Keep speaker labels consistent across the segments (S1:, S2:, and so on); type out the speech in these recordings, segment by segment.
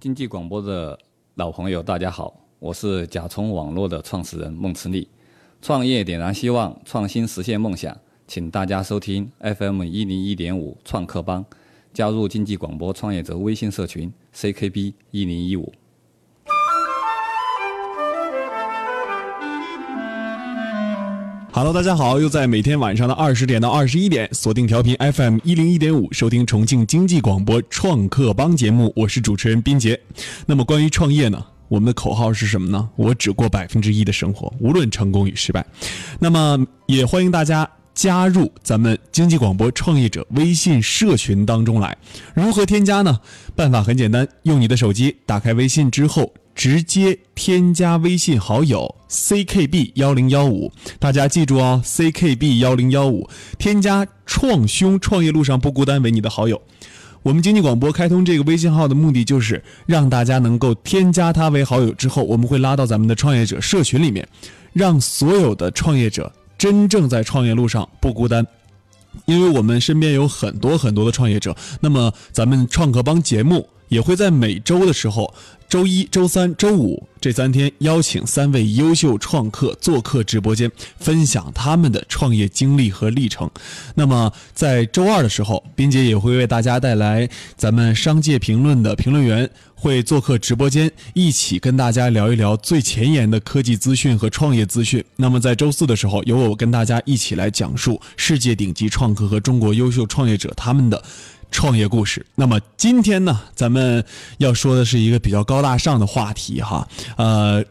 S1: 经济广播的老朋友，大家好，我是甲虫网络的创始人孟慈利。创业点燃希望，创新实现梦想，请大家收听 FM 一零一点五创客帮，加入经济广播创业者微信社群 CKB 一零一五。
S2: Hello，大家好，又在每天晚上的二十点到二十一点，锁定调频 FM 一零一点五，收听重庆经济广播《创客帮》节目，我是主持人斌杰。那么关于创业呢，我们的口号是什么呢？我只过百分之一的生活，无论成功与失败。那么也欢迎大家。加入咱们经济广播创业者微信社群当中来，如何添加呢？办法很简单，用你的手机打开微信之后，直接添加微信好友 ckb 幺零幺五，大家记住哦，ckb 幺零幺五，添加“创兄创业路上不孤单”为你的好友。我们经济广播开通这个微信号的目的，就是让大家能够添加他为好友之后，我们会拉到咱们的创业者社群里面，让所有的创业者真正在创业路上不孤单。因为我们身边有很多很多的创业者，那么咱们创客帮节目也会在每周的时候，周一、周三、周五这三天邀请三位优秀创客做客直播间，分享他们的创业经历和历程。那么在周二的时候，斌姐也会为大家带来咱们商界评论的评论员会做客直播间，一起跟大家聊一聊最前沿的科技资讯和创业资讯。那么在周四的时候，由我跟大家一起来讲述世界顶级创客和中国优秀创业者他们的。创业故事。那么今天呢，咱们要说的是一个比较高大上的话题哈，呃，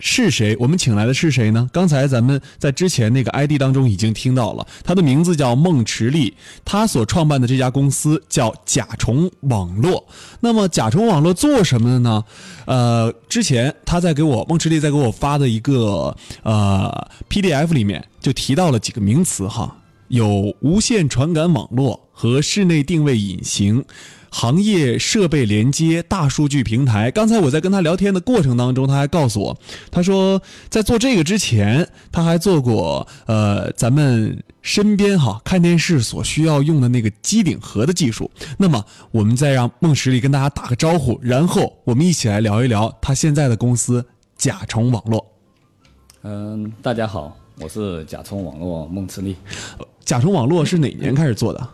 S2: 是谁？我们请来的是谁呢？刚才咱们在之前那个 ID 当中已经听到了，他的名字叫孟池力，他所创办的这家公司叫甲虫网络。那么甲虫网络做什么的呢？呃，之前他在给我孟池力在给我发的一个呃 PDF 里面就提到了几个名词哈，有无线传感网络和室内定位隐形。行业设备连接、大数据平台。刚才我在跟他聊天的过程当中，他还告诉我，他说在做这个之前，他还做过呃咱们身边哈看电视所需要用的那个机顶盒的技术。那么我们再让孟石力跟大家打个招呼，然后我们一起来聊一聊他现在的公司甲虫网络。
S1: 嗯，大家好，我是甲虫网络孟慈利。
S2: 甲虫网络是哪年开始做的？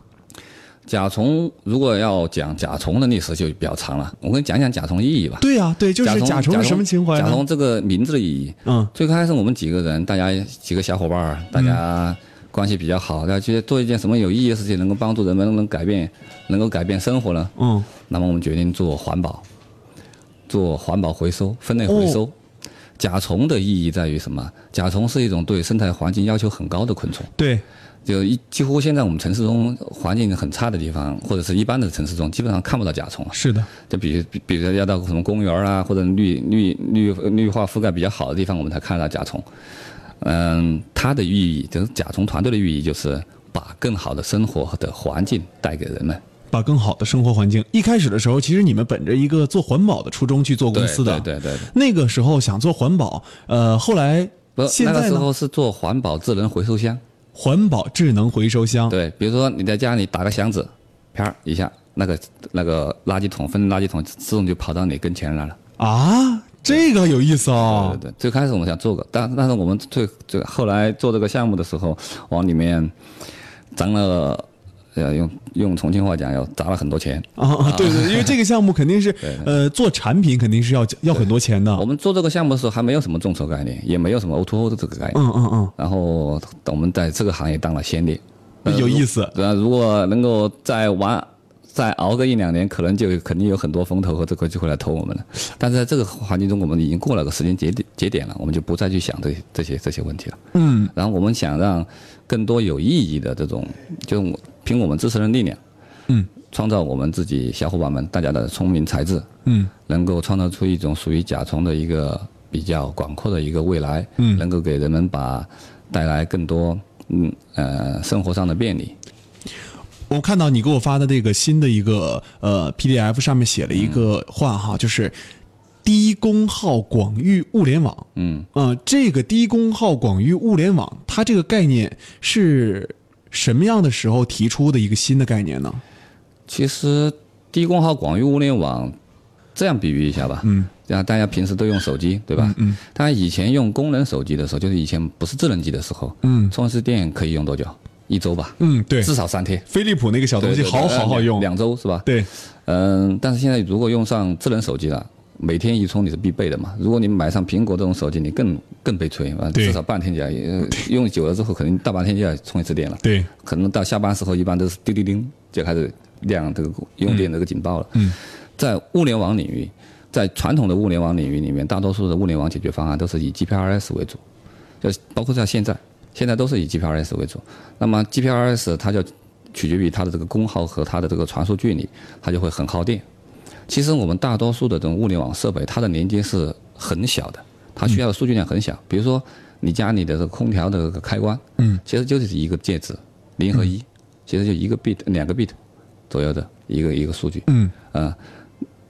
S1: 甲虫如果要讲甲虫的历史就比较长了，我跟你讲讲甲虫意义吧。
S2: 对呀、对，就是甲虫是什么情怀
S1: 甲
S2: 呢？
S1: 虫这个名字的意义，
S2: 嗯，
S1: 最开始我们几个人，大家几个小伙伴儿，大家关系比较好，大家觉得做一件什么有意义的事情，能够帮助人们，能改变，能够改变生活呢？
S2: 嗯，
S1: 那么我们决定做环保，做环保回收、分类回收。甲虫的意义在于什么？甲虫是一种对生态环境要求很高的昆虫。
S2: 对，
S1: 就一几乎现在我们城市中环境很差的地方，或者是一般的城市中，基本上看不到甲虫了。
S2: 是的，
S1: 就比比比如说要到什么公园啊，或者绿绿绿绿化覆盖比较好的地方，我们才看得到甲虫。嗯，它的寓意就是甲虫团队的寓意就是把更好的生活的环境带给人们。
S2: 把更好的生活环境。一开始的时候，其实你们本着一个做环保的初衷去做公司的，
S1: 对对对对。
S2: 那个时候想做环保，呃，后来
S1: 不，
S2: 现
S1: 那
S2: 在
S1: 个时
S2: 呢，
S1: 候是做环保智能回收箱。
S2: 环保智能回收箱，
S1: 对，比如说你在家里打个响指，啪儿一下，那个那个垃圾桶分垃圾桶自动就跑到你跟前来了。
S2: 啊，这个有意思哦
S1: 对，对对，最开始我们想做个，但但是我们最最后来做这个项目的时候，往里面砸了，呃，用用重庆话讲，要砸了很多钱。
S2: 啊，对对，因为这个项目肯定是，呃，做产品肯定是要要很多钱的
S1: 我，们做这个项目的时候还没有什么众筹概念，也没有什么 O2O 的这个概念，
S2: 嗯嗯
S1: 然后我们在这个行业当了先烈。
S2: 嗯，有意思，
S1: 对啊，如果能够再玩。再熬个一两年，可能就肯定有很多风投和这个就会来投我们了。但是在这个环境中，我们已经过了个时间节点节点了，我们就不再去想这这些这些问题了。
S2: 嗯，
S1: 然后我们想让更多有意义的这种，就是我凭我们自身的力量，
S2: 嗯，
S1: 创造我们自己小伙伴们大家的聪明才智，
S2: 嗯，
S1: 能够创造出一种属于甲虫的一个比较广阔的一个未来，
S2: 嗯
S1: 能够给人们把带来更多，嗯呃生活上的便利，
S2: 我看到你给我发的这个新的一个呃 PDF 上面写了一个话
S1: 嗯
S2: 哈，就是低功耗广域物联网。
S1: 嗯，
S2: 呃，这个低功耗广域物联网，它这个概念是什么样的时候提出的一个新的概念呢？
S1: 其实低功耗广域物联网这样比喻一下吧，嗯，然后大家平时都用手机，对吧？嗯，大家以前用功能手机的时候，就是以前不是智能机的时候，嗯，充一次电可以用多久？一周吧，
S2: 嗯，对，
S1: 至少三天。
S2: 飞利浦那个小东西
S1: 对对对
S2: 好好好用，
S1: 两两周是吧？
S2: 对，
S1: 嗯，但是现在如果用上智能手机了，每天一充你是必备的嘛。如果你买上苹果这种手机，你更更被吹啊，
S2: 对
S1: 至少半天就要，呃用久了之后，可能大半天就要充一次电了。
S2: 对，
S1: 可能到下班时候，一般都是叮叮叮就开始亮这个用电这个警报了。
S2: 嗯，
S1: 在物联网领域，在传统的物联网领域里面，大多数的物联网解决方案都是以 GPRS 为主，就是包括在现在，现在都是以 GPRS 为主。那么 GPRS 它就取决于它的这个功耗和它的这个传输距离，它就会很耗电。其实我们大多数的这种物联网设备，它的连接是很小的，它需要的数据量很小。比如说你家里的这个空调的这个开关，
S2: 嗯，
S1: 其实就是一个介质，零和一，其实就一个 bit 两个 bit 左右的一个一个数据，
S2: 嗯，
S1: 啊、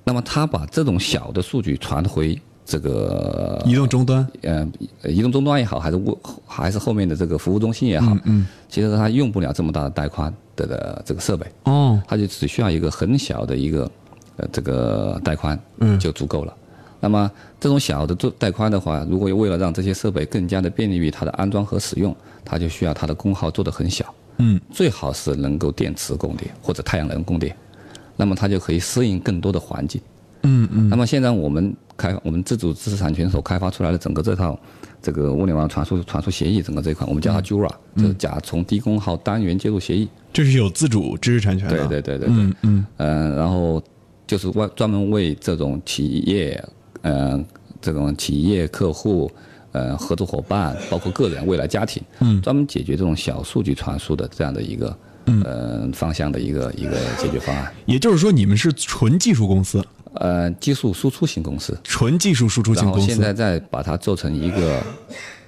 S1: 那么它把这种小的数据传回这个
S2: 移动终端，
S1: 呃移动终端也好，还是物还是后面的这个服务中心也好，嗯，其实它用不了这么大的带宽的的这个设备，
S2: 哦，
S1: 它就只需要一个很小的一个呃这个带宽，
S2: 嗯
S1: 就足够了。那么这种小的做带宽的话，如果为了让这些设备更加的便利于它的安装和使用，它就需要它的功耗做得很小，
S2: 嗯，
S1: 最好是能够电池供电或者太阳能供电，那么它就可以适应更多的环境。
S2: 嗯嗯，
S1: 那么现在我们开我们自主知识产权所开发出来的整个这套这个物联网传输传输协议整个这一块，我们叫
S2: 嗯
S1: 它 Jura，、就是甲虫低功耗单元接入协议。
S2: 这是有自主知识产权的，
S1: 对对对对对。
S2: 嗯嗯
S1: 嗯，然后就是专专门为这种企业，呃，这种企业客户，呃，合作伙伴，包括个人、未来家庭，嗯，专门解决这种小数据传输的这样的一个，嗯、呃，方向的一个一个解决方案。
S2: 也就是说你们是纯技术公司，
S1: 呃，技术输出型公司，
S2: 纯技术输出型
S1: 然后
S2: 公司。
S1: 现在再把它做成一个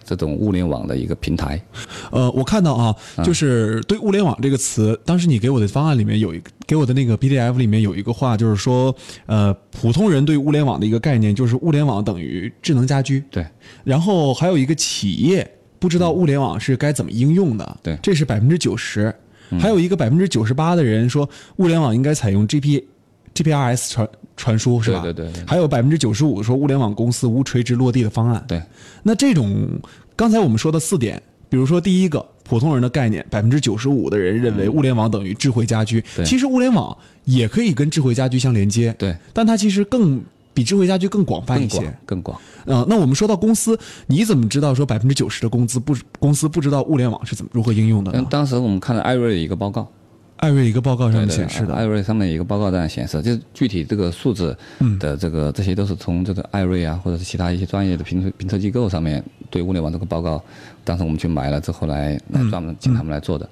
S1: 这种物联网的一个平台，
S2: 呃，我看到啊，
S1: 嗯
S2: 就是对“物联网”这个词，当时你给我的方案里面有一个，给我的那个 PDF 里面有一个话，就是说，呃，普通人对物联网的一个概念就是物联网等于智能家居。
S1: 对。
S2: 然后还有一个企业不知道物联网是该怎么应用的，
S1: 嗯对嗯
S2: 这是百分之九十。还有一个百分之九十八的人说物联网应该采用 G P G P R S 传传输是吧？
S1: 对对对对
S2: 还有百分之九十五说物联网公司无垂直落地的方案。
S1: 对，
S2: 那这种刚才我们说的四点，比如说第一个，普通人的概念，百分之九十五的人认为物联网等于智慧家居。
S1: 嗯对
S2: 其实物联网也可以跟智慧家居相连接，
S1: 对，
S2: 但它其实更比智慧家居更广泛
S1: 更
S2: 一些。
S1: 广更广。
S2: 啊、那我们说到公司，你怎么知道说百分之九十的公司不公司不知道物联网是怎么如何应用的
S1: 嗯，
S2: 呢？
S1: 当时我们看了艾瑞的一个报告，
S2: 艾瑞一个报告上
S1: 对
S2: 面
S1: 对
S2: 显示
S1: 艾
S2: 的，
S1: 瑞上面有一个报告这样显示，就是具体这个数字的这个、这些都是从这个艾瑞啊，或者是其他一些专业的评测评测机构上面对物联网这个报告，当时我们去买了之后来来专门请他们来做的，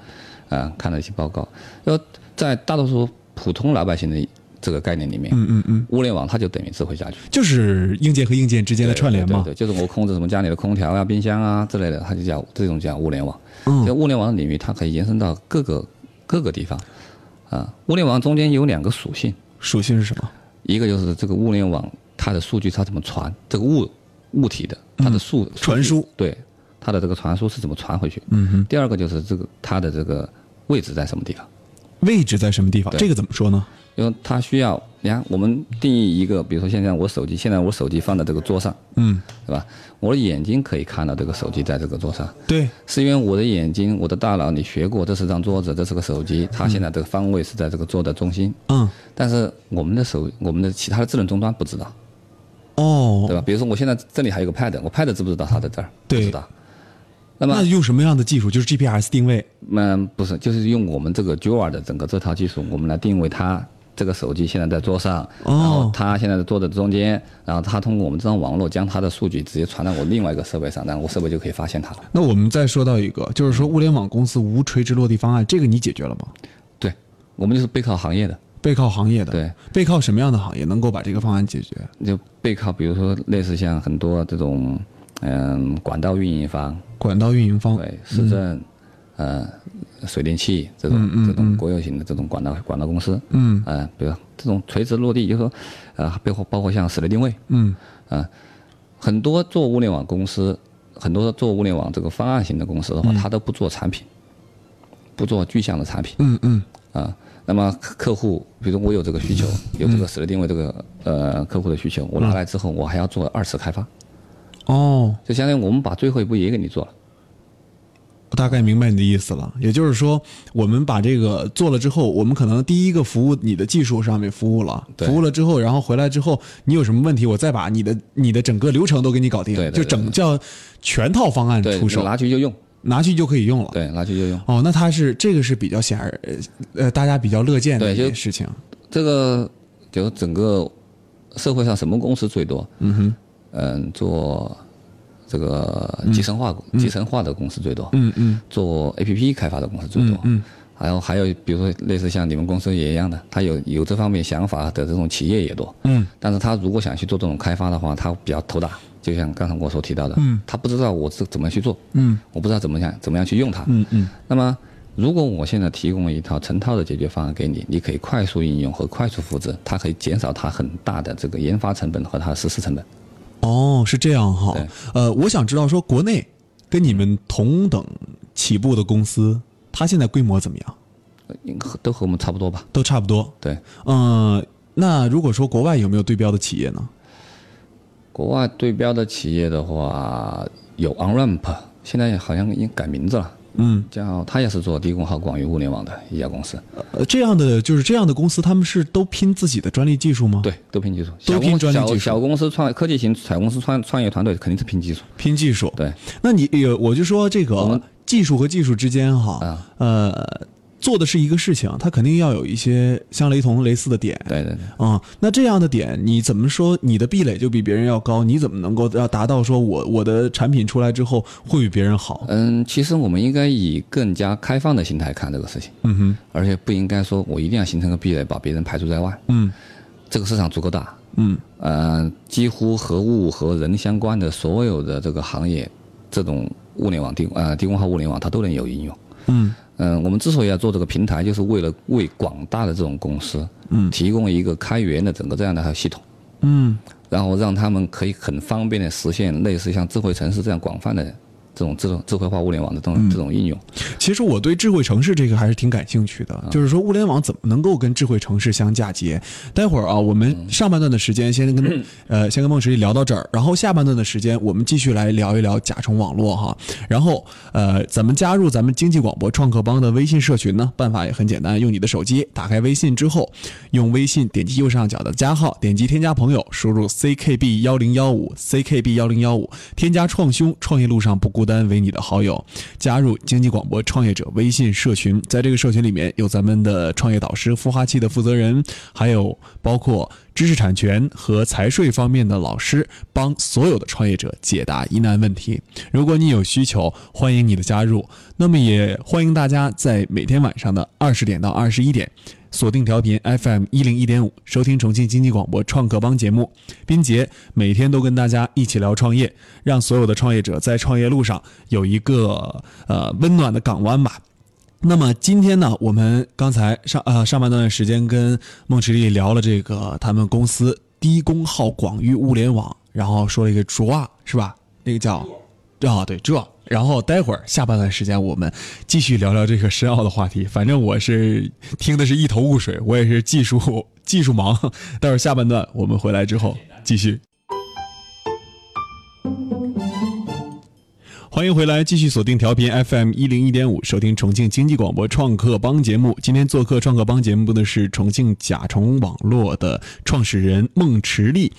S1: 啊、看了一些报告，要在大多数普通老百姓的这个概念里面，
S2: 嗯嗯嗯，
S1: 物联网它就等于智慧家居。
S2: 就是硬件和硬件之间的串联嘛。
S1: 对对对，就是我控制什么家里的空调啊、冰箱啊之类的，它就叫这种叫物联网。
S2: 嗯
S1: 在物联网领域，它可以延伸到各个各个地方。啊，物联网中间有两个属性，
S2: 属性是什么？
S1: 一个就是这个物联网它的数据它怎么传，这个物物体的它的数、数据
S2: 嗯传输
S1: 对它的这个传输是怎么传回去。
S2: 嗯哼，
S1: 第二个就是这个它的这个位置在什么地方，
S2: 位置在什么地方？这个怎么说呢？
S1: 因为它需要你看我们定义一个，比如说现在我手机，现在我手机放在这个桌上，
S2: 嗯，
S1: 对吧？我的眼睛可以看到这个手机在这个桌上，
S2: 对，
S1: 是因为我的眼睛，我的大脑，你学过，这是张桌子，这是个手机，它现在这个方位是在这个桌的中心。
S2: 嗯，
S1: 但是我们的手，我们的其他的智能终端不知道，
S2: 哦，
S1: 对吧？比如说我现在这里还有个 pad，我 pad 知不知道它在这儿？不
S2: 对
S1: 知道。那么
S2: 那，用什么样的技术？就是 GPS 定位。
S1: 嗯，不是，就是用我们这个 Jura 的整个这套技术，我们来定位它这个手机现在在桌上，然后
S2: 哦
S1: 它现在在桌的中间，然后它通过我们这张网络将它的数据直接传到我另外一个设备上，然后我设备就可以发现它了。
S2: 那我们再说到一个，就是说物联网公司无垂直落地方案，这个你解决了吗？
S1: 对，我们就是背靠行业的。
S2: 背靠行业的，
S1: 对，
S2: 背靠什么样的行业能够把这个方案解决？
S1: 就背靠，比如说类似像很多这种，嗯，管道运营方，
S2: 管道运营方，
S1: 对，市政，
S2: 嗯
S1: 呃，水电气这种、这种国有型的这种管道管道公司，嗯，呃，比如这种垂直落地，就是说，呃，包括包括像室内定位，
S2: 嗯，
S1: 呃，很多做物联网公司，很多做物
S2: 嗯
S1: 联网这个方案型的公司的话，它都不做产品，不做具象的产品，
S2: 嗯嗯，
S1: 啊。那么客客户，比如我有这个需求，有
S2: 嗯
S1: 这个死的定位这个呃客户的需求，我拿来之后，我还要做二次开发，
S2: 哦，
S1: 就相当于我们把最后一步也给你做了。
S2: 我大概明白你的意思了。也就是说，我们把这个做了之后，我们可能第一个服务你的技术上面服务了，
S1: 对
S2: 服务了之后，然后回来之后，你有什么问题，我再把你的你的整个流程都给你搞定，
S1: 对对
S2: 就整叫全套方案
S1: 对，
S2: 出手，
S1: 拿去就用，
S2: 拿去就可以用了。
S1: 对，拿去就用。
S2: 哦，那它是这个是比较显而呃大家比较乐见的
S1: 对
S2: 一件
S1: 就
S2: 事情。
S1: 这个就整个社会上什么公司最多？嗯哼，嗯，做这个集成化、集成化的公司最多。
S2: 嗯嗯，
S1: 做 A P P 开发的公司最多。嗯，还有还有，比如说类似像你们公司也一样的，他有有这方面想法的这种企业也多。
S2: 嗯，
S1: 但是他如果想去做这种开发的话，他比较头大。就像刚才我所提到的，嗯，他不知道我是怎么去做，
S2: 嗯，
S1: 我不知道怎么样怎么样去用它，
S2: 嗯嗯，
S1: 那么，如果我现在提供了一套成套的解决方案给你，你可以快速应用和快速复制，它可以减少它很大的这个研发成本和它的实施成本。
S2: 哦，是这样哈
S1: 对。
S2: 呃，我想知道说国内跟你们同等起步的公司，它现在规模怎么样？
S1: 应和都和我们差不多吧？
S2: 都差不多。
S1: 对，
S2: 嗯、那如果说国外有没有对标的企业呢？
S1: 国外对标的企业的话，有 OnRamp，现在好像已经改名字了，
S2: 嗯，
S1: 叫它也是做低功耗广域物联网的一家公司。
S2: 呃，这样的就是这样的公司，他们是都拼自己的专利技术吗？，
S1: 对，都拼技术，
S2: 都
S1: 小
S2: 拼
S1: 公
S2: 专利技
S1: 小
S2: 术
S1: 小公司创科技型小公司创创业团队肯定是拼技术。
S2: 拼技术。
S1: 对，
S2: 那你呃，我就说这个技术和技术之间哈，
S1: 啊
S2: 呃，做的是一个事情，它肯定要有一些相雷同类似的点。
S1: 对对对。
S2: 啊、那这样的点，你怎么说你的壁垒就比别人要高？你怎么能够要达到说我我的产品出来之后会比别人好？
S1: 嗯，其实我们应该以更加开放的心态看这个事情，
S2: 嗯哼，
S1: 而且不应该说我一定要形成个壁垒，把别人排除在外。
S2: 嗯
S1: 这个市场足够大，
S2: 嗯，
S1: 呃，几乎和物和人相关的所有的这个行业，这种物联网低呃低功耗物联网，它都能有应用。
S2: 嗯
S1: 嗯，我们之所以要做这个平台，就是为了为广大的这种公司，嗯，提供一个开源的整个这样的系统，
S2: 嗯
S1: 然后让他们可以很方便的实现类似像智慧城市这样广泛的这种这种智慧化物联网的这种这种应用。
S2: 其实我对智慧城市这个还是挺感兴趣的，就是说物联网怎么能够跟智慧城市相嫁接？待会儿啊，我们上半段的时间先跟、 呃先跟孟石力聊到这儿，然后下半段的时间我们继续来聊一聊甲虫网络哈。然后呃，怎么加入咱们经济广播创客帮的微信社群呢？办法也很简单，用你的手机打开微信之后，用微信点击右上角的加号，点击添加朋友，输入 ckb 幺零幺五 ckb 幺零幺五，添加创兄，创业路上不孤单为你的好友，加入经济广播创业者微信社群，在这个社群里面有咱们的创业导师孵化器的负责人，还有包括知识产权和财税方面的老师，帮所有的创业者解答疑难问题。如果你有需求，欢迎你的加入。那么也欢迎大家在每天晚上的二十点到二十一点，锁定调频 FM 一零一点五，收听重庆经济广播创客帮节目。斌杰每天都跟大家一起聊创业，让所有的创业者在创业路上有一个呃温暖的港湾吧。那么今天呢，我们刚才上呃上半段时间跟孟驰丽聊了这个他们公司低功耗广域物联网，然后说了一个 Draw 是吧？那个叫啊、对 Draw。然后待会儿下半段时间我们继续聊聊这个深奥的话题。反正我是听的是一头雾水，我也是技术技术盲。待会儿下半段我们回来之后继续。欢迎回来，继续锁定调频 FM 一零一点五，收听重庆经济广播创客帮节目。今天做客创客帮节目的是重庆甲虫网络的创始人孟池力。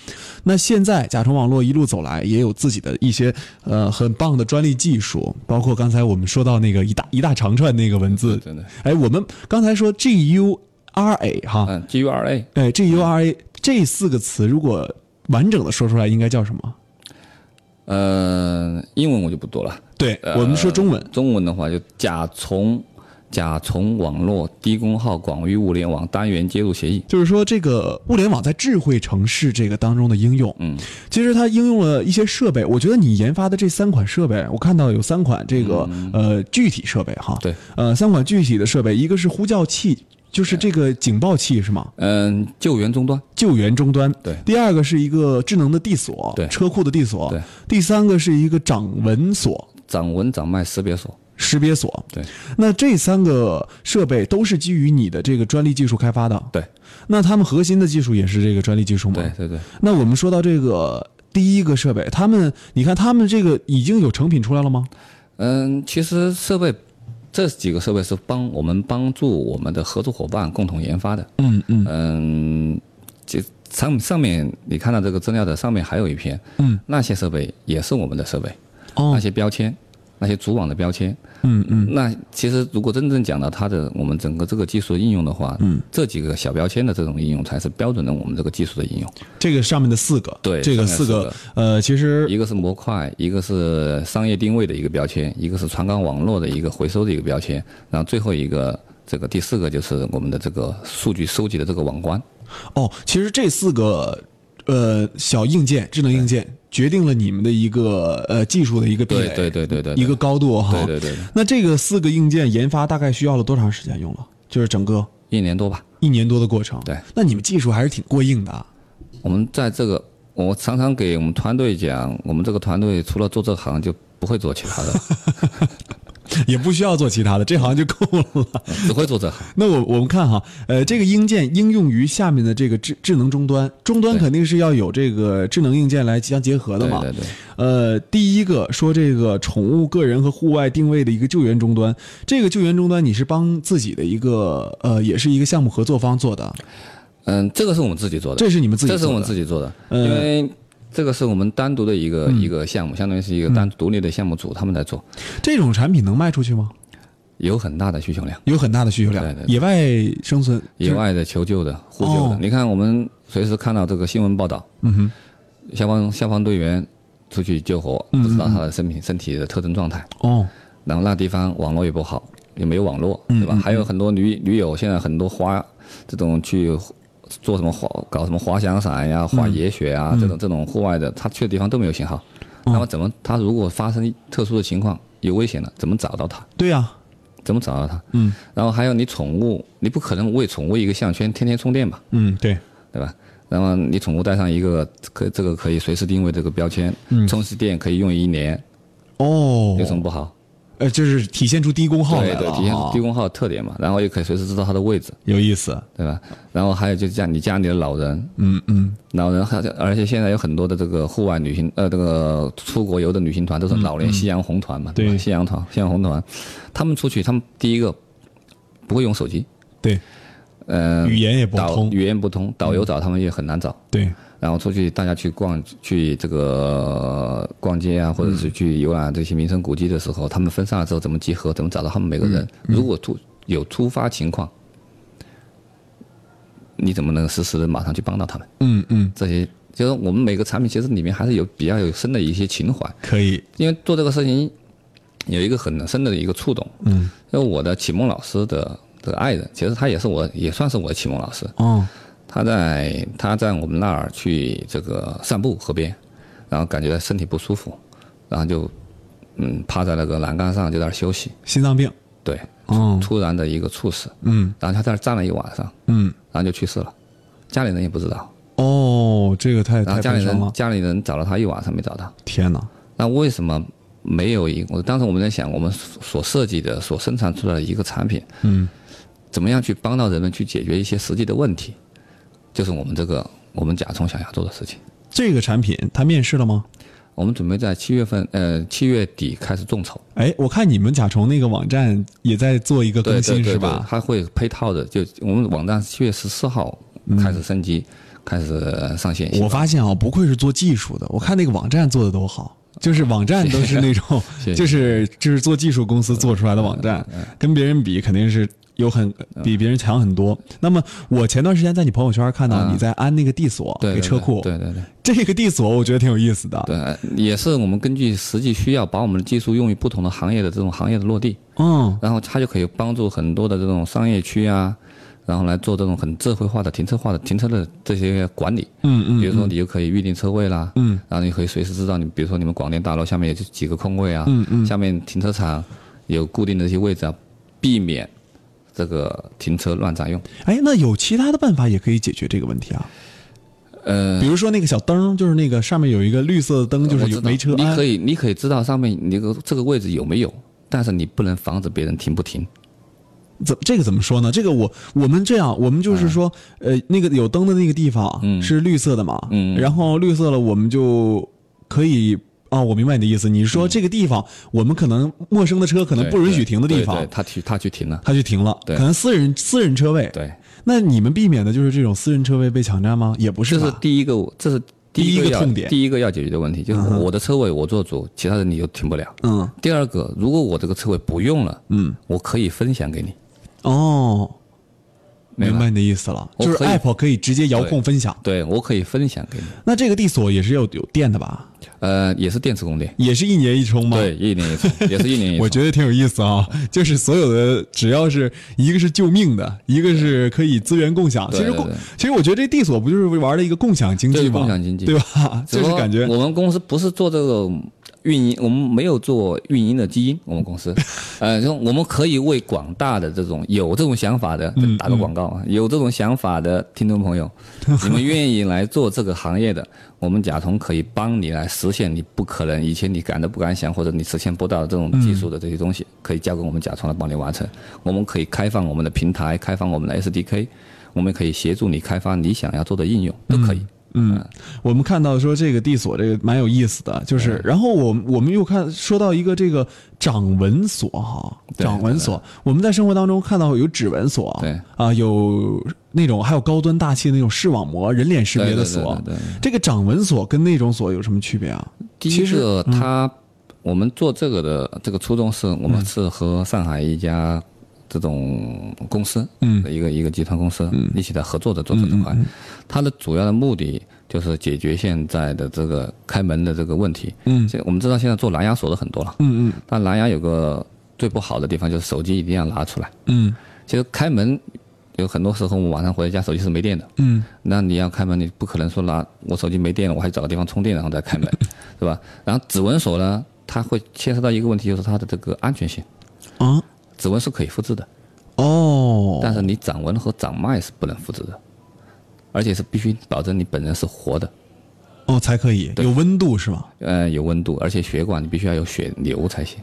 S2: 那现在甲虫网络一路走来，也有自己的一些呃很棒的专利技术，包括刚才我们说到那个一大一大长串那个文字，
S1: 真的，
S2: 哎，我们刚才说 G U R A 哈，
S1: 嗯，G U R A
S2: 哎 G U R A 这四个词如果完整的说出来，应该叫什么？
S1: 呃，英文我就不读了。
S2: 对
S1: 呃
S2: 我们说中文，
S1: 中文的话就甲虫甲虫网络低功耗广域物联网单元接入协议。
S2: 就是说这个物联网在智慧城市这个当中的应用，
S1: 嗯，
S2: 其实它应用了一些设备。我觉得你研发的这三款设备，我看到有三款这个、呃具体设备哈，
S1: 嗯对，
S2: 呃三款具体的设备，一个是呼叫器，就是这个警报器是吗？
S1: 嗯、救援终端，
S2: 救援终端。
S1: 对
S2: 第二个是一个智能的地锁，
S1: 对
S2: 车库的地锁。
S1: 对，
S2: 第三个是一个掌纹锁。
S1: 掌纹掌脉识别锁。
S2: 识别锁。
S1: 对，
S2: 那这三个设备都是基于你的这个专利技术开发的。
S1: 对，
S2: 那他们核心的技术也是这个专利技术吗？
S1: 对对对，
S2: 那我们说到这个第一个设备，他们你看他们这个已经有成品出来了吗？
S1: 嗯，其实设备这几个设备是帮我们帮助我们的合作伙伴共同研发的。
S2: 嗯嗯
S1: 嗯，这上上面你看到这个资料的上面还有一篇，
S2: 嗯，
S1: 那些设备也是我们的设备，那
S2: 哦
S1: 些标签，那些主网的标签。
S2: 嗯嗯
S1: 那其实如果真正讲到它的我们整个这个技术的应用的话，嗯，这几个小标签的这种应用才是标准的我们这个技术的应用。
S2: 这个上面的四个，
S1: 对
S2: 这个
S1: 上面
S2: 四
S1: 四个
S2: 个，呃，其实
S1: 一个是模块，一个是商业定位的一个标签，一个是传感网络的一个回收的一个标签，然后最后一个这个第四个就是我们的这个数据收集的这个网关。
S2: 哦，其实这四个呃小硬件、智能硬件决定了你们的一个呃技术的一个壁
S1: 对
S2: 垒，
S1: 对对对对，对
S2: 一个高度哈。
S1: 对对对，
S2: 那这个四个硬件研发大概需要了多长时间用了？就是整个
S1: 一年多吧。
S2: 一年多的过程。
S1: 对，
S2: 那你们技术还是挺过硬的啊。
S1: 我们在这个，我常常给我们团队讲，我们这个团队除了做这行就不会做其他的，
S2: 也不需要做其他的，这行就够了。
S1: 只会做这行。
S2: 那我我们看哈，呃，这个硬件应用于下面的这个智智能终端，终端
S1: 对
S2: 肯定是要有这个智能硬件来相结合的
S1: 对
S2: 嘛。
S1: 对对，
S2: 呃，第一个说这个宠物个人和户外定位的一个救援终端，这个救援终端你是帮自己的一个呃，也是一个项目合作方做的，
S1: 嗯，这个是我们自己做的，
S2: 这是你们自己
S1: 这
S2: 做的，
S1: 是我们自己做的，嗯
S2: 嗯
S1: 因为这个是我们单独的一个一个项目，相当于是一个单独立的项目组，他们在做，
S2: 这种产品能卖出去吗？
S1: 有很大的需求量。
S2: 有很大的需求量，
S1: 对对
S2: 野外生存，
S1: 野外的求救的、呼救
S2: 哦
S1: 的，你看我们随时看到这个新闻报道，
S2: 嗯哼，
S1: 消防消防队员出去救火，不知道他的身体身体的特征状态，
S2: 哦，
S1: 然后那地方网络也不好，也没有网络，对吧？还有很多驴驴友现在很多滑这种去做什么滑搞什么滑翔伞呀、滑野雪啊、这种这种户外的，他去的地方都没有信号。那么怎么他如果发生特殊的情况有危险了，怎么找到他？
S2: 对呀、
S1: 怎么找到他？
S2: 嗯，
S1: 然后还有你宠物，你不可能为宠物一个项圈天天充电吧？
S2: 嗯，对，
S1: 对吧？那么你宠物带上一个可这个可以随时定位这个标签，充气垫可以用一年，
S2: 嗯哦
S1: 有，什么不好？
S2: 呃，就是体现出低功耗
S1: 对
S2: 来了
S1: 对，体现
S2: 啊
S1: 低功耗的特点嘛，然后也可以随时知道它的位置，
S2: 有意思，
S1: 对吧？然后还有就是像你家里的老人，
S2: 嗯嗯，
S1: 老人还而且现在有很多的这个户外旅行，呃，这个出国游的旅行团都是老年夕阳红团嘛，
S2: 嗯对
S1: 吧？夕阳团、夕阳红团，他们出去，他们第一个不会用手机，
S2: 对，
S1: 嗯，
S2: 语言也不
S1: 导
S2: 通，嗯
S1: 语言不通，导游找他们也很难找，
S2: 对，
S1: 然后出去大家去逛去这个逛街啊，或者是去游览这些名胜古迹的时候，他们分散了之后怎么集合，怎么找到他们每个人？如果突有突发情况，你怎么能实时的马上去帮到他们？
S2: 嗯嗯，
S1: 这些就是我们每个产品其实里面还是有比较有深的一些情怀，
S2: 可以，
S1: 因为做这个事情有一个很深的一个触动。
S2: 嗯，
S1: 因为我的启蒙老师的的爱人，其实他也是我也算是我的启蒙老师。
S2: 哦，
S1: 他在他在我们那儿去这个散步河边，然后感觉身体不舒服，然后就嗯趴在那个栏杆上就在那儿休息。
S2: 心脏病，
S1: 对，
S2: 哦，
S1: 突然的一个猝死，
S2: 嗯
S1: 然后他在那儿站了一晚上，
S2: 嗯。
S1: 然后就去世了，家里人也不知道，
S2: 哦，这个太
S1: 然
S2: 太
S1: 后家
S2: 悲
S1: 里
S2: 伤了
S1: 人！家里人找了他一晚上没找到，
S2: 天哪，
S1: 那为什么没有一？我当时我们在想，我们所所设计的、所生产出来的一个产品，
S2: 嗯，
S1: 怎么样去帮到人们去解决一些实际的问题，就是我们这个我们甲虫想要做的事情。
S2: 这个产品它面试了吗？
S1: 我们准备在七月份，呃，七月底开始众筹。
S2: 哎，我看你们甲虫那个网站也在做一个
S1: 对对
S2: 更新，
S1: 对对，
S2: 是吧？
S1: 它会配套的，就我们网站七月十四号开始升级，开始上线。
S2: 嗯我发现啊，不愧是做技术的，我看那个网站做的都好，就是网站都是那种，
S1: 谢谢嗯
S2: 就是就是做技术公司做出来的网站，跟别人比肯定是。有很比别人强很多。那么我前段时间在你朋友圈看到你在安那个地锁
S1: 嗯对
S2: 给
S1: 对
S2: 车库，
S1: 对对对
S2: 这个地锁我觉得挺有意思的。
S1: 对，呃也是我们根据实际需要，把我们的技术用于不同的行业的这种行业的落地。
S2: 嗯，
S1: 然后它就可以帮助很多的这种商业区啊，然后来做这种很智慧化的停车化的停车的这些管理。
S2: 嗯嗯，
S1: 比如说，你就可以预定车位啦，
S2: 嗯，
S1: 然后你可以随时知道你，比如说你们广电大楼下面有几个空位啊，
S2: 嗯嗯
S1: 下面停车场有固定的一些位置啊，避免这个停车乱占用。
S2: 哎，那有其他的办法也可以解决这个问题啊？
S1: 呃，
S2: 比如说那个小灯儿，就是那个上面有一个绿色的灯，就是
S1: 我
S2: 有
S1: 知道
S2: 没车
S1: 你
S2: 安。
S1: 可以你可以知道上面你这个这个位置有没有，但是你不能防止别人停不停。
S2: 怎这个怎么说呢？这个我我们这样，我们
S1: 嗯
S2: 就是说，呃，那个有灯的那个地方是绿色的嘛，
S1: 嗯
S2: 然后绿色了我们就可以。哦，我明白你的意思。你是说这个地方，我们可能陌生的车可能
S1: 嗯对
S2: 不允许
S1: 对
S2: 停的地
S1: 对
S2: 方
S1: 对，他去他去停了。
S2: 他就停了。
S1: 对
S2: 可能私人私人车位。
S1: 对，
S2: 那你们避免的就是这种私人车位被抢占吗？也不是
S1: 这是
S2: 吧？
S1: 第一个，这是
S2: 第一个
S1: 要
S2: 痛点
S1: 第一个要解决的问题，就是我的车位我做主，其他人你就停不了。
S2: 嗯
S1: 第二个，如果我这个车位不用了，
S2: 嗯，
S1: 我可以分享给你。
S2: 哦，
S1: 明白
S2: 明白你的意思了，
S1: 我
S2: 就是
S1: 可以
S2: app 可以直接遥控分享。
S1: 对，我可以分享给你，
S2: 那这个地锁也是有有电的吧？
S1: 呃，也是电池供电，
S2: 也是一年一充吗？
S1: 对，一年一充，也是一年一充。
S2: 我觉得挺有意思啊， 就是所有的只要是一个是救命的，一个是可以资源共享。其
S1: 对
S2: 实
S1: 对
S2: 共
S1: 对，
S2: 其实我觉得这地锁不就是玩了一个共享经济
S1: 对
S2: 吗？
S1: 共享经济
S2: 对吧？
S1: 只不
S2: 就是
S1: 过
S2: 感觉
S1: 我们公司不是做这个运营，我们没有做运营的基因，我们公 司，呃，就我们可以为广大的这种有这种想法的
S2: 嗯
S1: 打个广告啊，有这种想法的听众 朋友，你们愿意来做这个行业的，我们甲虫可以帮你来实现你不可能以前你敢都不敢想或者你实现不到的这种技术的这些东西，
S2: 嗯
S1: 可以交给我们甲虫来帮你完成。我们可以开放我们的平台，开放我们的 SDK，我们可以协助你开发你想要做的应用，都可以。
S2: 嗯，我们看到说这个地锁这个蛮有意思的，就是，然后我我们又看说到一个这个掌纹锁哈，
S1: 对
S2: 掌纹锁，我们在生活当中看到有指纹锁，
S1: 对
S2: 啊，有那种还有高端大气的那种视网膜人脸识别的锁
S1: 对对对对对，
S2: 这个掌纹锁跟那种锁有什么区别啊？
S1: 第一个，它我们做这个的这个初衷是我们是和上海一家这种公司，嗯，一个一个集团公司
S2: 嗯
S1: 一起在合作的做这块。它的主要的目的就是解决现在的这个开门的这个问题。嗯，现我们知道现在做蓝牙锁的很多了，
S2: 嗯嗯
S1: 但蓝牙有个最不好的地方就是手机一定要拿出来。
S2: 嗯
S1: 其实开门有很多时候我们晚上回家手机是没电的，
S2: 嗯，
S1: 那你要开门，你不可能说拿我手机没电了，我还找个地方充电然后再 开门，是吧？然后指纹锁呢，它会牵涉到一个问题，就是它的这个安全性。
S2: 啊
S1: 指纹是可以复制的，
S2: 哦，
S1: 但是你掌纹和掌脉是不能复制的，而且是必须保证你本人是活的，
S2: 哦才可以有温度是吗？
S1: 呃，有温度，而且血管你必须要有血流才行。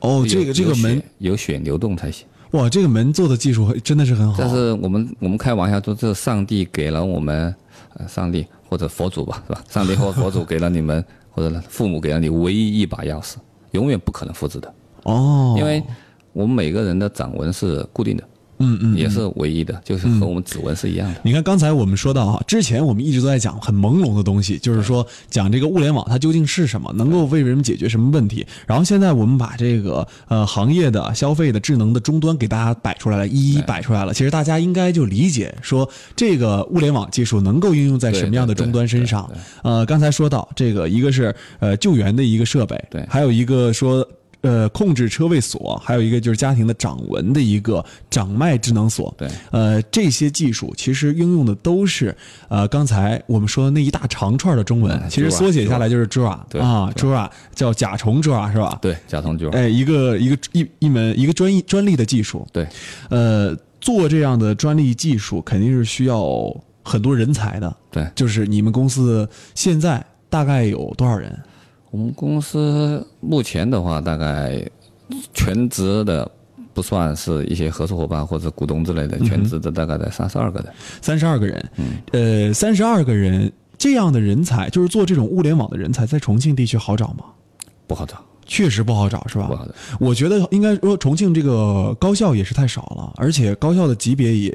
S2: 哦，这
S1: 有
S2: 个这个
S1: 有血
S2: 门
S1: 有血流动才行。
S2: 哇，这个门做的技术真的是很
S1: 但
S2: 好，
S1: 是我们我们开玩笑说，这上帝给了我们，呃，上帝或者佛祖吧，是吧？上帝或佛祖给了你 们，或者父母给了你唯一一把钥匙，永远不可能复制的，
S2: 哦，
S1: 因为我们每个人的掌纹是固定的，
S2: 嗯嗯。
S1: 也是唯一的，就是和我们指纹是一样的。
S2: 你看，刚才我们说到啊，之前我们一直都在讲很朦胧的东西，就是说讲这个物联网它究竟是什么，能够为人们解决什么问题。然后现在我们把这个呃行业的消费的智能的终端给大家摆出来了，一一摆出来了。其实大家应该就理解说，这个物联网技术能够应用在什么样的终端身上
S1: 对对。
S2: 呃，刚才说到这个，一个是呃救援的一个设备，
S1: 对
S2: 还有一个说。呃，控制车位锁，还有一个就是家庭的掌纹的一个掌脉智能锁，
S1: 对
S2: 呃，这些技术其实应用的都是呃，刚才我们说的那一大长串的中文，其实
S1: Jura，
S2: 缩写下来就是 Jura
S1: 啊对
S2: 啊，Jura 叫甲虫 Jura 是吧？
S1: 对，甲虫就是
S2: 哎，一个一个一一门一个专业专利的技术，
S1: 对，
S2: 呃，做这样的专利技术肯定是需要很多人才的，
S1: 对
S2: 就是你们公司现在大概有多少人？
S1: 我们公司目前的话，大概全职的。不算是一些合作伙伴或者股东之类
S2: 嗯
S1: 的，全职的大概在三十二个人。
S2: 三十二个人，
S1: 嗯
S2: 呃，三十二个人这样的人才，就是做这种物联网的人才，在重庆地区好找吗？
S1: 不好找，
S2: 确实不好找，是吧？
S1: 不好找。
S2: 我觉得应该说重庆这个高校也是太少了，而且高校的级别也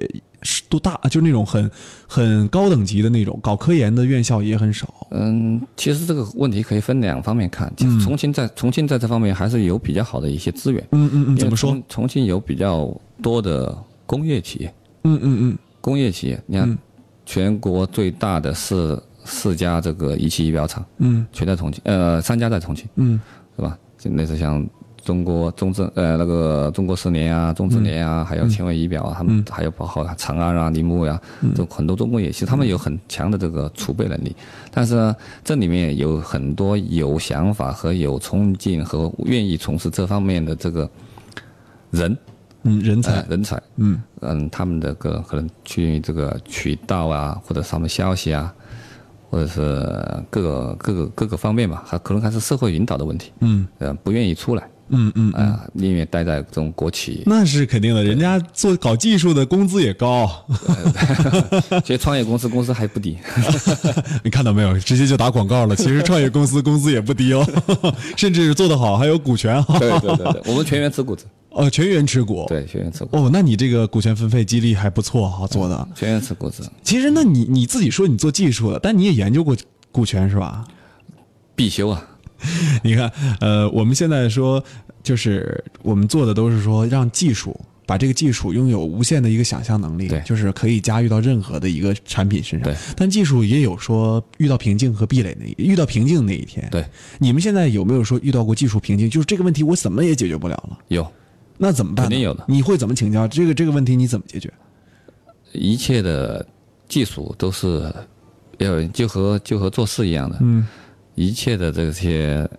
S2: 是都大，就是那种很很高等级的那种搞科研的院校也很少。
S1: 嗯，其实这个问题可以分两方面看。
S2: 嗯
S1: 其实重庆在、重庆在这方面还是有比较好的一些资源。
S2: 嗯嗯嗯，
S1: 因为
S2: 怎么说？
S1: 重？重庆有比较多的工业企业，
S2: 嗯嗯嗯，
S1: 工业企业，你看，全国最大的四四家这个一汽仪表厂，
S2: 嗯，
S1: 全在重庆，呃，三家在重庆，
S2: 嗯，
S1: 是吧？就类似像中国中证呃那个中国十年啊、中智联
S2: 嗯
S1: 啊，还有千卫仪表啊，他们还有包括长安啊、铃木呀、
S2: 嗯
S1: 这很多中国也其实他们有很强的这个储备能力。但是呢，这里面有很多有想法和有冲劲和愿意从事这方面的这个人，
S2: 嗯，人才，
S1: 呃、人才，
S2: 嗯
S1: 嗯，他们的个可能去这个渠道啊，或者什么消息啊，或者是各个各个各个方面吧，还可能还是社会引导的问题，
S2: 嗯
S1: 呃，不愿意出来，
S2: 嗯嗯，
S1: 哎呀，宁愿待在这种国 企。
S2: 那是肯定的，人家做搞技术的工资也高，
S1: 其实创业公司公司还不低，
S2: 你看到没有？直接就打广告了。其实创业公司工资也不低哦，甚至做得好还有股权哈、
S1: 对对对对，我们全员持股制，
S2: 哦，全员持股。
S1: 对，全员持股，
S2: 哦，那你这个股权分配激励还不错哈、做的。
S1: 全员持股制，
S2: 其实，那你你自己说你做技术的，但你也研究过股权是吧？
S1: 必修啊。
S2: 你看，呃，我们现在说，就是我们做的都是说让技术。把这个技术拥有无限的一个想象能力
S1: 对，
S2: 就是可以加遇到任何的一个产品身上
S1: 对。
S2: 但技术也有说遇到瓶颈和壁垒那一遇到瓶颈那一天。
S1: 对，
S2: 你们现在有没有说遇到过技术瓶颈？就是这个问题我怎么也解决不了了，
S1: 有
S2: 那怎么办呢？
S1: 肯定有的
S2: 你会怎么请教这个这个问题？你怎么解决？
S1: 一切的技术都是要就和就和做事一样的，嗯，一切的这些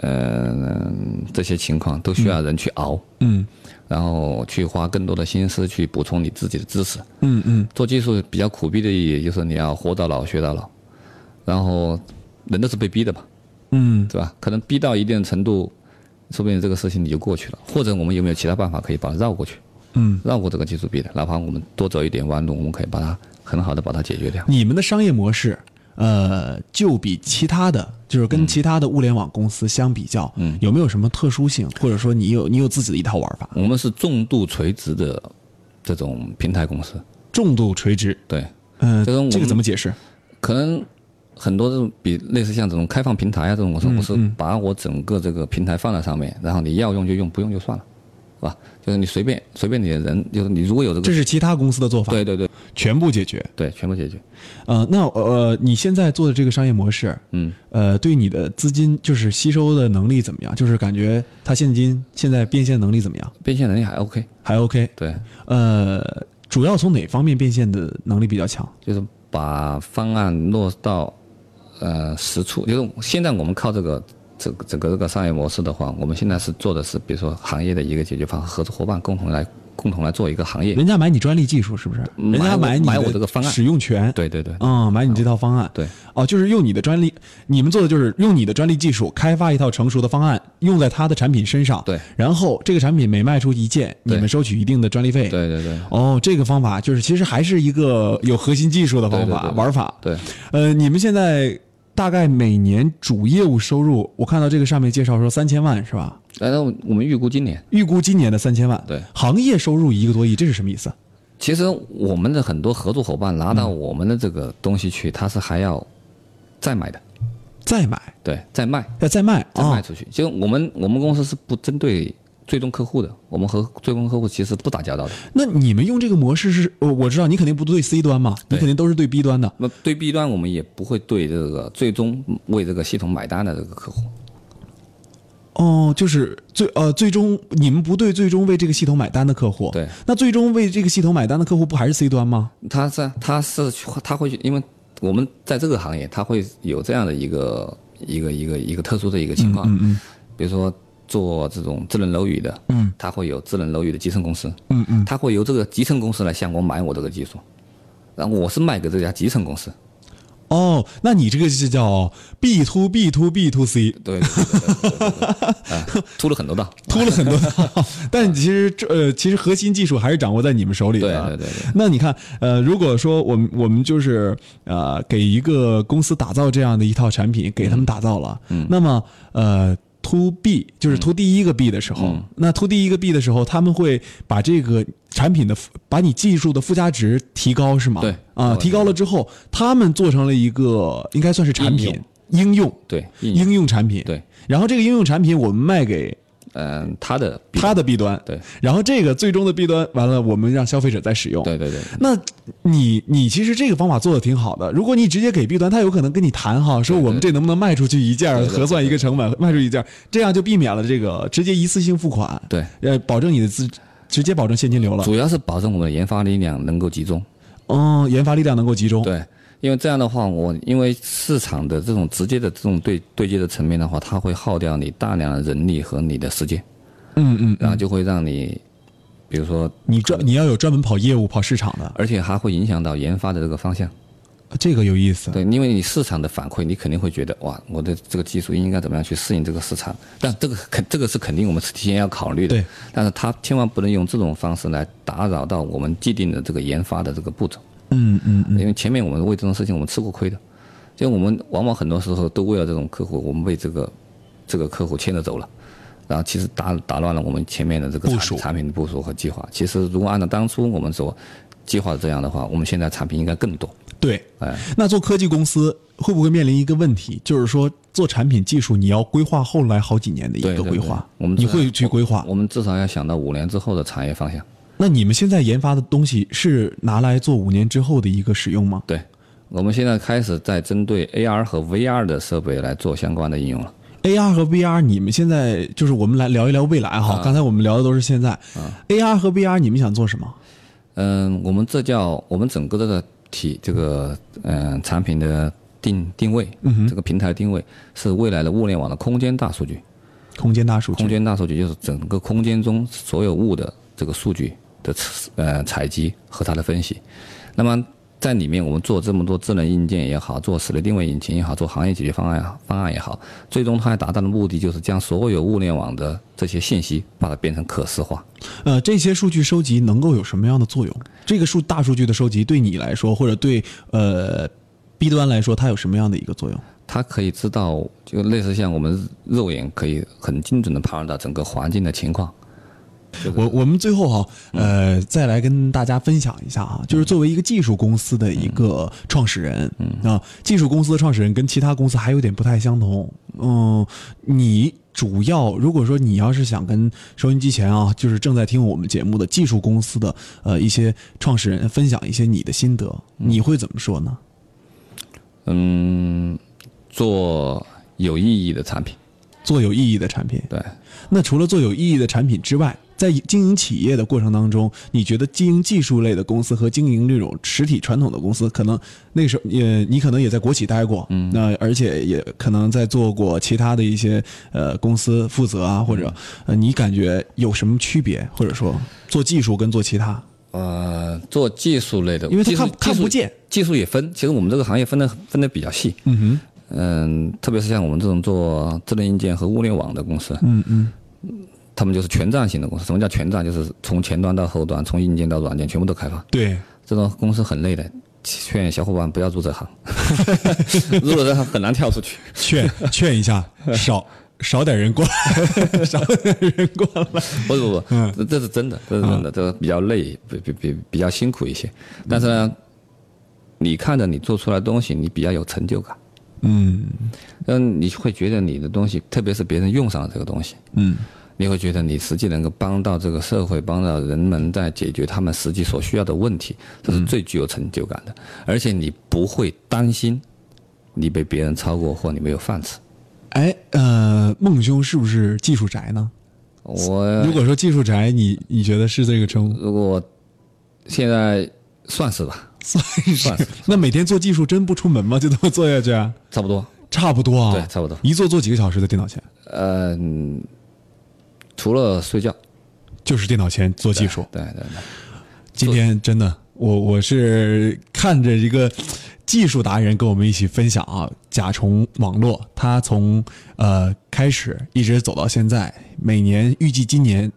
S1: 呃这些情况都需要人去熬，
S2: 嗯
S1: 然后去花更多的心思去补充你自己的知识。
S2: 嗯嗯
S1: 做技术比较苦逼的意义就是你要活到老学到老，然后人都是被逼的嘛，
S2: 嗯，
S1: 对吧？可能逼到一定程度，说不定这个事情你就过去了，或者我们有没有其他办法可以把它绕过去？
S2: 嗯，
S1: 绕过这个技术壁垒，哪怕我们多走一点弯路，我们可以把它很好的把它解决掉。
S2: 你们的商业模式，呃，就比其他的，就是
S1: 嗯
S2: 跟其他的物联网公司相比较，嗯，有没有什么特殊性？或者说你有你有自己的一套玩法？
S1: 我们是重度垂直的这种平台公司，
S2: 重度垂直，
S1: 对，
S2: 嗯、
S1: 这跟我们
S2: 这个怎么解释？
S1: 可能很多这种比类似像这种开放平台啊这种，我说我是把我整个这个平台放在上面，然后你要用就用，不用就算了，是吧？就是你随便随便你的人，就是你如果有这
S2: 这
S1: 个，
S2: 是其他公司的做法，
S1: 对对对
S2: 全部解决。
S1: 对，全部解决。
S2: 呃，那呃，你现在做的这个商业模式，
S1: 嗯，
S2: 呃，对你的资金就是吸收的能力怎么样？就是感觉它现金现在变现能力怎么样？
S1: 变现能力还 OK，
S2: 还 OK？
S1: 对，
S2: 呃，主要从哪方面变现的能力比较强？
S1: 就是把方案落到呃实处，就是现在我们靠这个整个整个这个商业模式的话，我们现在是做的是，比如说行业的一个解决方案，合作伙伴共同来共同来做一个行业。
S2: 人家买你专利技术是不是？
S1: 买我
S2: 人家你
S1: 买我这个方案
S2: 使用权，
S1: 对对对
S2: 嗯，买你这套方案，
S1: 对，
S2: 哦，就是用你的专利，你们做的就是用你的专利技术开发一套成熟的方案，用在他的产品身上，
S1: 对，
S2: 然后这个产品每卖出一件，
S1: 对
S2: 你们收取一定的专利费，，
S1: 对对对
S2: 哦，这个方法就是其实还是一个有核心技术的方法
S1: 对对对
S2: 玩法，
S1: 对，
S2: 呃，你们现在大概每年主业务收入，我看到这个上面介绍说三千万是吧？
S1: 然后我们预估今年，
S2: 预估今年的三千万，
S1: 对，
S2: 行业收入一个多亿，这是什么意思？
S1: 其实我们的很多合作伙伴拿到
S2: 嗯
S1: 我们的这个东西去，他是还要再买的，
S2: 再买，
S1: 对，再卖，
S2: 再再卖，
S1: 再
S2: 哦
S1: 卖出去。就我们我们公司是不针对最终客户的，我们和最终客户其实不打交道的。
S2: 那你们用这个模式是，我我知道你肯定不对 C 端嘛，
S1: 对
S2: 你肯定都是对 B 端的。
S1: 那么对 B 端，我们也不会对这个最终为这个系统买单的这个客户。
S2: 哦，就是最呃，最终你们不对最终为这个系统买单的客户。
S1: 对，
S2: 那最终为这个系统买单的客户不还是 C 端吗？
S1: 他是他是去他会去，因为我们在这个行业，他会有这样的一个一个一个一个特殊的一个情况，
S2: 嗯
S1: 比如说做这种智能楼宇的，
S2: 嗯，
S1: 他会有智能楼宇的集成公司，
S2: 嗯嗯，
S1: 他会由这个集成公司来向我买我这个技术，然后我是卖给这家集成公司，
S2: 哦，那你这个就叫 B to B to B to C，
S1: 对，对对对对对对 啊，秃了很多道，
S2: 秃了很多 道，但其实这呃，其实核心技术还是掌握在你们手里
S1: 对啊
S2: 的。
S1: 对对对。
S2: 那你看，呃，如果说我们我们就是呃给一个公司打造这样的一套产品，给他
S1: 嗯
S2: 们打造了，那么呃。to B 就是
S1: 嗯
S2: to 第一个 B 的时候，那 to 第一个 B 的时候，他们会把这个产品的附把你技术的附加值提高，是吗？
S1: 对
S2: 啊、提高了之后，他们做成了一个应该算是产品应用，
S1: 对，应
S2: 应用产品。
S1: 对，
S2: 然后这个应用产品我们卖给
S1: 嗯，他的比
S2: 它的 B 端，
S1: 对
S2: 然后这个最终的 B 端完了，我们让消费者再使用。
S1: 对对对，
S2: 那你你其实这个方法做的挺好的，如果你直接给 B 端，他有可能跟你谈哈，说我们这能不能卖出去一件儿，
S1: 对对对
S2: 核算一个成本，卖出一件儿，这样就避免了这个直接一次性付款，
S1: 对，
S2: 呃，保证你的资，直接保证现金流了。
S1: 主要是保证我们的研发力量能够集中。
S2: 嗯，研发力量能够集中。
S1: 对，因为这样的话，我因为市场的这种直接的这种对对接的层面的话，它会耗掉你大量的人力和你的时间，
S2: 嗯嗯，
S1: 然后就会让你，比如说，
S2: 你专你要有专门跑业务、跑市场的，
S1: 而且还会影响到研发的这个方向。
S2: 这个有意思。
S1: 对，因为你市场的反馈，你肯定会觉得哇，我的这个技术应该怎么样去适应这个市场？但这个肯这个是肯定我们提前要考虑的。
S2: 对，
S1: 但是它千万不能用这种方式来打扰到我们既定的这个研发的这个步骤，
S2: 嗯嗯嗯，
S1: 因为前面我们为这种事情我们吃过亏的，就我们往往很多时候都为了这种客户，我们被这个这个客户牵着走了。然后其实打打乱了我们前面的这个
S2: 部署
S1: 产产品的部署和计划。其实如果按照当初我们所计划的这样的话，我们现在产品应该更多。
S2: 对。
S1: 哎，
S2: 那做科技公司会不会面临一个问题，就是说做产品技术，你要规划后来好几年的一
S1: 对
S2: 个
S1: 对
S2: 规划，
S1: 对我们
S2: 你
S1: 知道
S2: 会去规划。
S1: 我们至少要想到五年之后的产业方向。
S2: 那你们现在研发的东西是拿来做五年之后的一个使用吗？
S1: 对，我们现在开始在针对 AR 和 VR 的设备来做相关的应用了。
S2: AR 和 VR，你们现在就是我们来聊一聊未来哈。刚才我们聊的都是现在、a r 和 VR 你们想做什么？
S1: 嗯，我们这叫我们整个这个体这个嗯、呃产品的定定位，这个平台定位是未来的物联网的空间大数据。
S2: 空间大数
S1: 空
S2: 据，
S1: 间大数据就是整个空间中所有物的这个数据的呃采集和它的分析。那么在里面，我们做这么多智能硬件也好，做室内定位引擎也好，做行业解决方案也好方案也好，最终它要达到的目的就是将所有物联网的这些信息把它变成可视化。
S2: 呃，这些数据收集能够有什么样的作用？这个数大数据的收集对你来说，或者对呃 B 端来说，它有什么样的一个作用？
S1: 它可以知道，就类似像我们肉眼可以很精准的判断到整个环境的情况。
S2: 我我们最后哈、呃，再来跟大家分享一下啊，就是作为一个技术公司的一个创始人，啊，技术公司的创始人跟其他公司还有点不太相同，嗯，你主要如果说你要是想跟收音机前啊，就是正在听我们节目的技术公司的呃一些创始人分享一些你的心得，你会怎么说呢？
S1: 嗯，做有意义的产品，
S2: 做有意义的产品，
S1: 对。
S2: 那除了做有意义的产品之外，在经营企业的过程当中，你觉得经营技术类的公司和经营这种实体传统的公司，可能那个时候也你可能也在国企待过，嗯，那而且也可能在做过其他的一些呃公司负责啊，或者呃你感觉有什么区别，或者说做技术跟做其他，
S1: 呃，做技术类的，
S2: 因为他
S1: 技术
S2: 看看不见，
S1: 技术技术也分。其实我们这个行业分的分的比较细，
S2: 嗯哼，
S1: 嗯，特别是像我们这种做智能硬件和物联网的公司，
S2: 嗯嗯，
S1: 他们就是全站型的公司。什么叫全站？就是从前端到后端，从硬件到软件全部都开发。
S2: 对，
S1: 这种公司很累的，劝小伙伴不要入这行， 入了这行很难跳出去。
S2: 劝劝一下，少少点人过来，少点人过来，
S1: 不是不
S2: 嗯
S1: 不，这这是真的，这是真的，这个比较累，比比比比较辛苦一些。但是呢，你看着你做出来的东西，你比较有成就感。
S2: 嗯
S1: 嗯，你会觉得你的东西，特别是别人用上了这个东西，
S2: 嗯。
S1: 你会觉得你实际能够帮到这个社会，帮到人们在解决他们实际所需要的问题，这是最具有成就感的。而且你不会担心你被别人超过或你没有饭吃。
S2: 哎，呃，孟兄是不是技术宅呢？
S1: 我
S2: 如果说技术宅，你你觉得是这个称呼？
S1: 如果现在算是吧，
S2: 算
S1: 算呃是
S2: 那每天做技术真不出门吗？就这么做下去、啊？
S1: 差不多，
S2: 差不多啊，
S1: 对，差不多。
S2: 一坐坐几个小时在电脑前，
S1: 嗯，除了睡觉，
S2: 就是电脑前做技术。
S1: 对对对，
S2: 今天真的，我我是看着一个技术达人跟我们一起分享啊，甲虫网络，他从呃开始一直走到现在，每年预计今年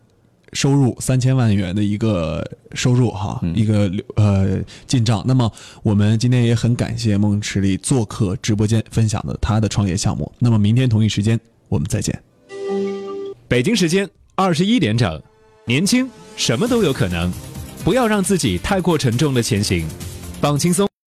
S2: 收入三千万元的一个收入哈，一个流呃进账。那么我们今天也很感谢孟池里做客直播间分享的他的创业项目。那么明天同一时间我们再见。
S3: 北京时间二十一点整，年轻什么都有可能，不要让自己太过沉重的前行，放轻松。